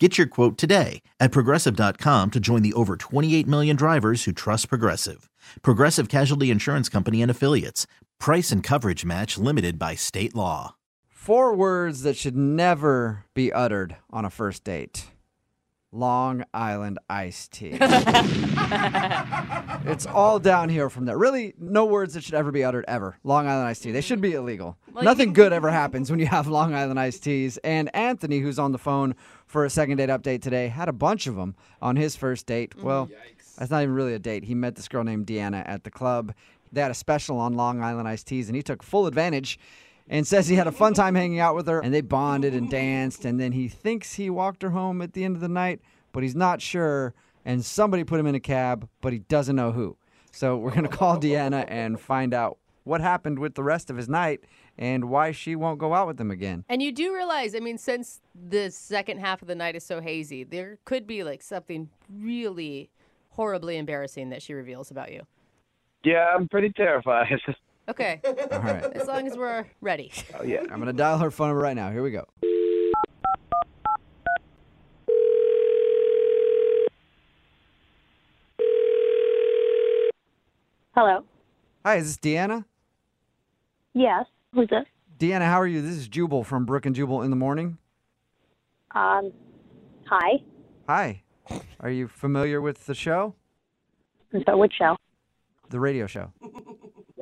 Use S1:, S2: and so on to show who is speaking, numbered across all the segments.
S1: Get your quote today at progressive.com to join the over 28 million drivers who trust Progressive. Progressive Casualty Insurance Company and Affiliates. Price and coverage match limited by state law.
S2: Four words that should never be uttered on a first date. Long Island iced tea. it's all downhill from there. Really, no words that should ever be uttered ever. Long Island iced tea. They should be illegal. Nothing good ever happens when you have Long Island iced teas. And Anthony, who's on the phone for a second date update today, had a bunch of them on his first date. Well, that's not even really a date. He met this girl named Deanna at the club. They had a special on Long Island iced teas, and he took full advantage and says he had a fun time hanging out with her and they bonded and danced and then he thinks he walked her home at the end of the night but he's not sure and somebody put him in a cab but he doesn't know who so we're going to call deanna and find out what happened with the rest of his night and why she won't go out with him again
S3: And you do realize, I mean, since the second half of the night is so hazy, there could be like something really horribly embarrassing that she reveals about you.
S4: Yeah, I'm pretty terrified.
S3: Okay,
S2: all right
S3: as long as we're ready.
S4: oh, yeah.
S2: i'm going to dial her phone number right now here we go
S5: Hello.
S2: hi is this deanna
S5: Yes. Who's this?
S2: deanna how are you this is jubal from brook and jubal in the morning
S5: Um, hi.
S2: hi are you familiar with the show
S5: I'm sorry, which show?
S2: the radio show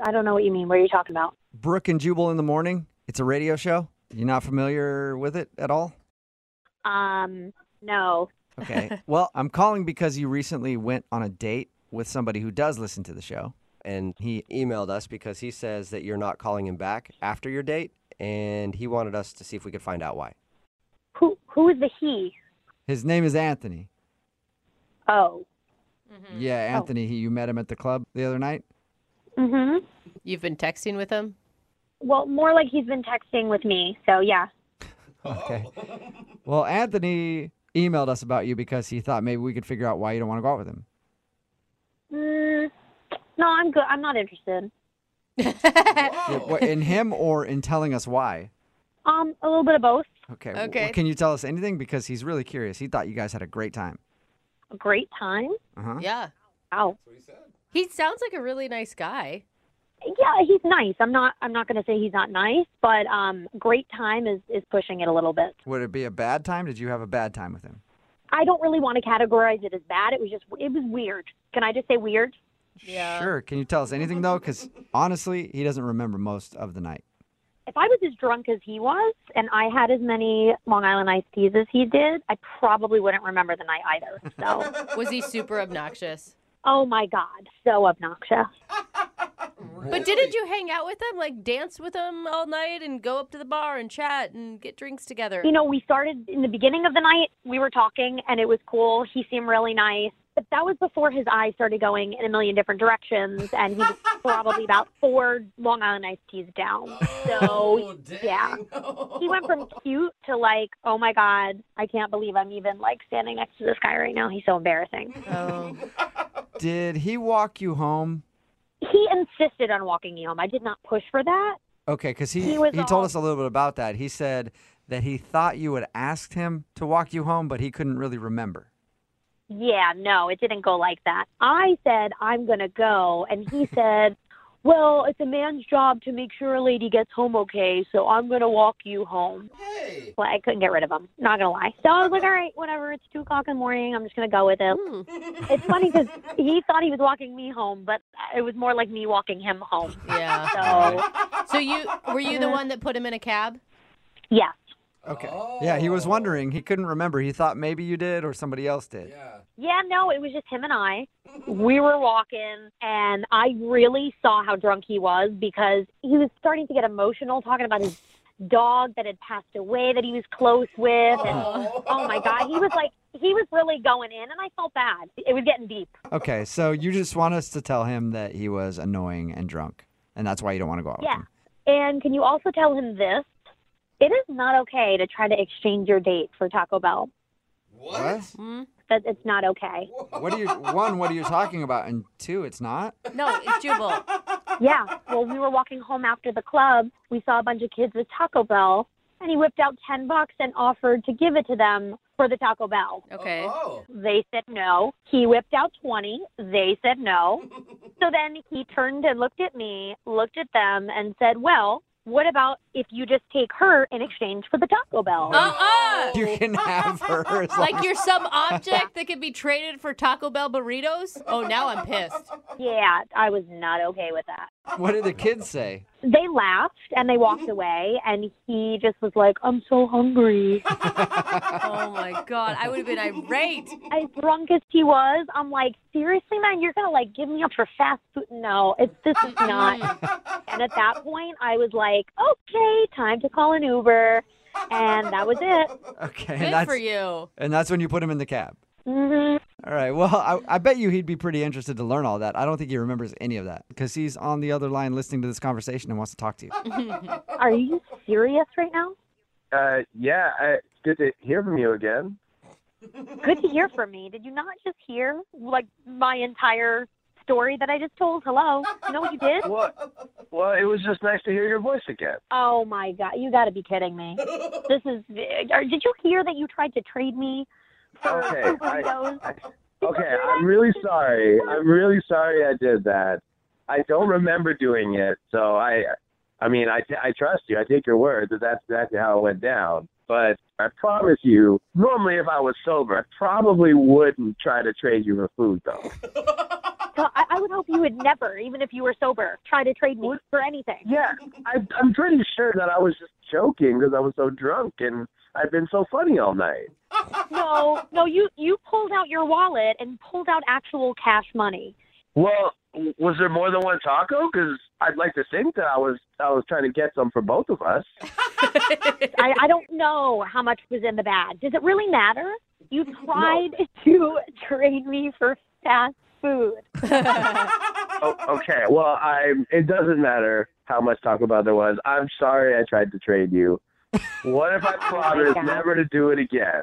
S5: I don't know what you mean. What are you talking about?
S2: Brook and Jubal in the morning. It's a radio show. You're not familiar with it at all?
S5: Um, no.
S2: Okay. well, I'm calling because you recently went on a date with somebody who does listen to the show.
S6: and he emailed us because he says that you're not calling him back after your date and he wanted us to see if we could find out why.
S5: Who who is the he?
S2: His name is Anthony.
S5: Oh.
S2: Yeah, Anthony. He, you met him at the club the other night.
S5: hmm
S3: You've been texting with him?
S5: Well, more like he's been texting with me. So yeah.
S2: Okay. well, Anthony emailed us about you because he thought maybe we could figure out why you don't want to go out with him.
S5: Mm, no, I'm good. I'm not interested.
S2: Yeah, wha- in him or in telling us why?
S5: Um, a little bit of both.
S2: Okay. w-
S3: Okay.
S2: can you tell us anything? Because he's really curious. He thought you guys had a great time.
S5: A great time.
S2: Uh-huh.
S3: Yeah.
S5: Wow.
S3: He sounds like a really nice guy.
S5: Yeah, he's nice. I'm not. I'm not gonna say he's not nice, but um, great time is is pushing it a little bit.
S2: Would it be a bad time? Did you have a bad time with him?
S5: I don't really want to categorize it as bad. It was just. It was weird. Can I just say weird?
S3: Yeah.
S2: Sure. Can you tell us anything though? Because honestly, he doesn't remember most of the night.
S5: if I was as drunk as he was and I had as many Long Island iced teas as he did, I probably wouldn't remember the night either. So,
S3: Was he super obnoxious?
S5: oh my God, so obnoxious.
S3: But didn't you hang out with him, like dance with him all night and go up to the bar and chat and get drinks together?
S5: You know, we started in the beginning of the night, we were talking and it was cool. He seemed really nice. But that was before his eyes started going in a million different directions and he was probably about four Long Island iced teas down. So, yeah. He went from cute to like, oh my God, I can't believe I'm even like standing next to this guy right now. He's so embarrassing.
S3: oh.
S2: Did he walk you home?
S5: he insisted on walking me home. I did not push for that.
S2: Okay, because he
S5: He
S2: he,
S5: was
S2: told
S5: all-
S2: us a little bit about that. He said that he thought you had asked him to walk you home, but he couldn't really remember.
S5: Yeah, no, it didn't go like that. I said, I'm going to go. And he said, Well, it's a man's job to make sure a lady gets home okay, so I'm going to walk you home. Hey. Well, I couldn't get rid of him, not going to lie. So I was like, All right, whatever. It's 2 o'clock in the morning. I'm just going to go with it.
S3: Hmm.
S5: It's funny because he thought he was walking me home, but it was more like me walking him home.
S3: Yeah.
S5: So,
S3: So you were you the one that put him in a cab?
S5: yeah.
S2: Okay. Oh. Yeah, he was wondering. He couldn't remember. He thought maybe you did or somebody else did.
S5: Yeah, no, it was just him and I. We were walking, and I really saw how drunk he was because he was starting to get emotional talking about his dog that had passed away that he was close with. And oh, my God, he was like, he was really going in, and I felt bad. It was getting deep.
S2: Okay, so you just want us to tell him that he was annoying and drunk. and that's why you don't want to go out
S5: Yeah.
S2: with him.
S5: And can you also tell him this? It is not okay to try to exchange your date for Taco Bell.
S2: What?
S3: Hmm?
S5: That it's not okay.
S2: What are you? One, what are you talking about? And two, it's not.
S3: No, it's Jubal.
S5: Yeah. Well, we were walking home after the club. We saw a bunch of kids with Taco Bell, and he whipped out 10 bucks and offered to give it to them for the Taco Bell.
S3: Okay.
S5: They said no. He whipped out 20. They said no. so then he turned and looked at me, looked at them, and said, Well, what about if you just take her in exchange for the Taco Bell?
S3: Uh-uh.
S2: You can have her. as long
S3: Like you're some object that can be traded for Taco Bell burritos? Oh, now I'm pissed.
S5: Yeah, I was not okay with that.
S2: as- what did the kids say?
S5: They laughed and they walked away, and he just was like, I'm so hungry.
S3: Oh my god, I would have been irate.
S5: as drunk as he was, I'm like, seriously, man, you're gonna like give me up for fast food? No, it's this is not. and at that point, I was like, okay, time to call an Uber, and that was it.
S2: Okay, and
S3: Good
S2: that's
S3: for you.
S2: and that's when you put him in the cab.
S5: hmm
S2: All right. Well, I, I bet you he'd be pretty interested to learn all that. I don't think he remembers any of that because he's on the other line listening to this conversation and wants to talk to you.
S5: Are you serious right now?
S4: Uh, yeah, I, good to hear from you again.
S5: Good to hear from me. Did you not just hear like my entire story that I just told? Hello, you know what you did?
S4: What? Well, it was just nice to hear your voice again.
S5: Oh my god, you got to be kidding me. This is. Are- Did you hear that you tried to trade me for
S4: Okay,
S5: two
S4: I-
S5: burritos?
S4: I- Okay, I'm really sorry. I'm really sorry I did that. I don't remember doing it, so I, I mean, I, I trust you. I take your word that that's exactly how it went down. But I promise you, normally if I was sober, I probably wouldn't try to trade you for food, though.
S5: So I, I would hope you would never, even if you were sober, try to trade me for anything.
S4: Yeah, I, I'm pretty sure that I was just joking because I was so drunk and I've been so funny all night.
S5: No, no, you you pulled out your wallet and pulled out actual cash money.
S4: Well, w- was there more than one taco? Because I'd like to think that I was I was trying to get some for both of us.
S5: I, I don't know how much was in the bag. Does it really matter? You tried to trade me for fast food.
S4: Oh, okay. Well, I it doesn't matter how much Taco Bell there was. I'm sorry I tried to trade you. What if I promise
S5: God.
S4: never to do it again?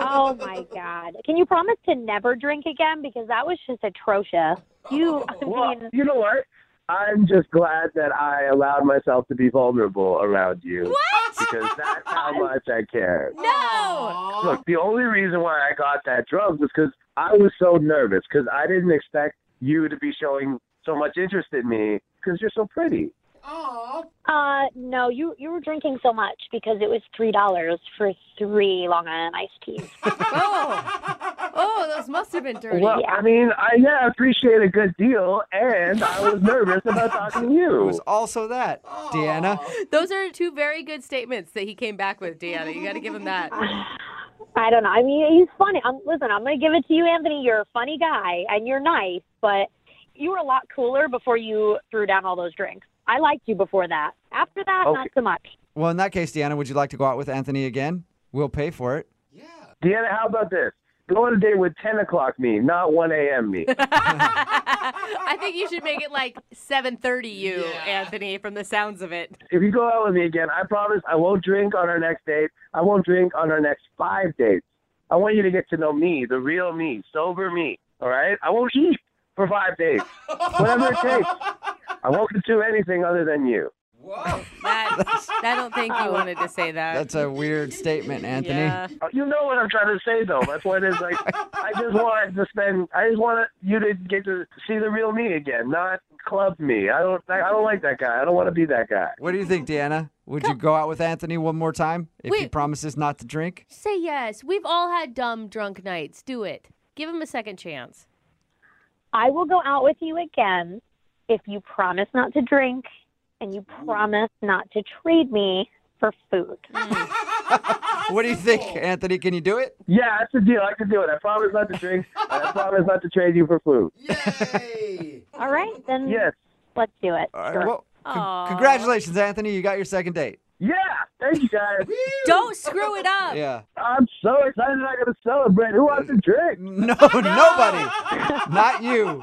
S5: Oh my god! Can you promise to never drink again? Because that was just atrocious. You, I
S4: Well,
S5: mean,
S4: you know what? I'm just glad that I allowed myself to be vulnerable around you.
S3: What?
S4: Because that's how much I cared.
S3: No.
S4: Look, the only reason why I got that drug was because I was so nervous because I didn't expect you to be showing so much interest in me because you're so pretty.
S5: uh, no, you you were drinking so much because it was three dollars for three Long Island iced teas.
S3: Oh. Oh, those must have been dirty.
S4: Well, I mean, I yeah, appreciate a good deal, and I was nervous about talking to
S2: It
S4: you.
S2: was also that, Deanna.
S3: Those are two very good statements that he came back with, Deanna. You got to give him that.
S5: I don't know. I mean, he's funny. I'm, listen, I'm going to give it to you, Anthony. You're a funny guy and you're nice, but you were a lot cooler before you threw down all those drinks. I liked you before that. After that, not
S4: Okay.
S5: so much.
S2: Well, in that case, Deanna, would you like to go out with Anthony again? We'll pay for it.
S4: Deanna, how about this? Go on a date with 10 o'clock me, not 1 a.m. me.
S3: I think you should make it like 7:30 you, Anthony, from the sounds of it.
S4: if you go out with me again, I promise I won't drink on our next date. I won't drink on our next five dates. I want you to get to know me, the real me, sober me. All right? I won't eat for five days, whatever it takes. I won't do anything other than you.
S3: That, I don't think you wanted to say that.
S2: That's a weird statement, Anthony.
S3: Yeah.
S4: Uh, You know what I'm trying to say, though. My point is, like, I just want to spend. I just want you to get to see the real me again, not club me. I don't. I don't like that guy. I don't want to be that guy.
S2: What do you think, Deanna? Would you go out with Anthony one more time if he
S3: Wait.
S2: promises not to drink?
S3: Say yes. We've all had dumb drunk nights. Do it. Give him a second chance.
S5: I will go out with you again if you promise not to drink and you promise not to trade me for food.
S2: What do you think, Anthony? Can you do it?
S4: Yeah, that's the deal. I can do it. I promise not to drink. and I promise not to trade you for food.
S5: All right, then
S4: Yes.
S5: let's do it.
S2: All right.
S5: Sure.
S2: Well, con-
S3: Aw.
S2: congratulations, Anthony. You got your second date.
S4: Yeah. Thank you, guys.
S3: Don't screw it up.
S2: Yeah.
S4: I'm so excited I gotta celebrate. Who wants a drink?
S2: No, nobody. Not you.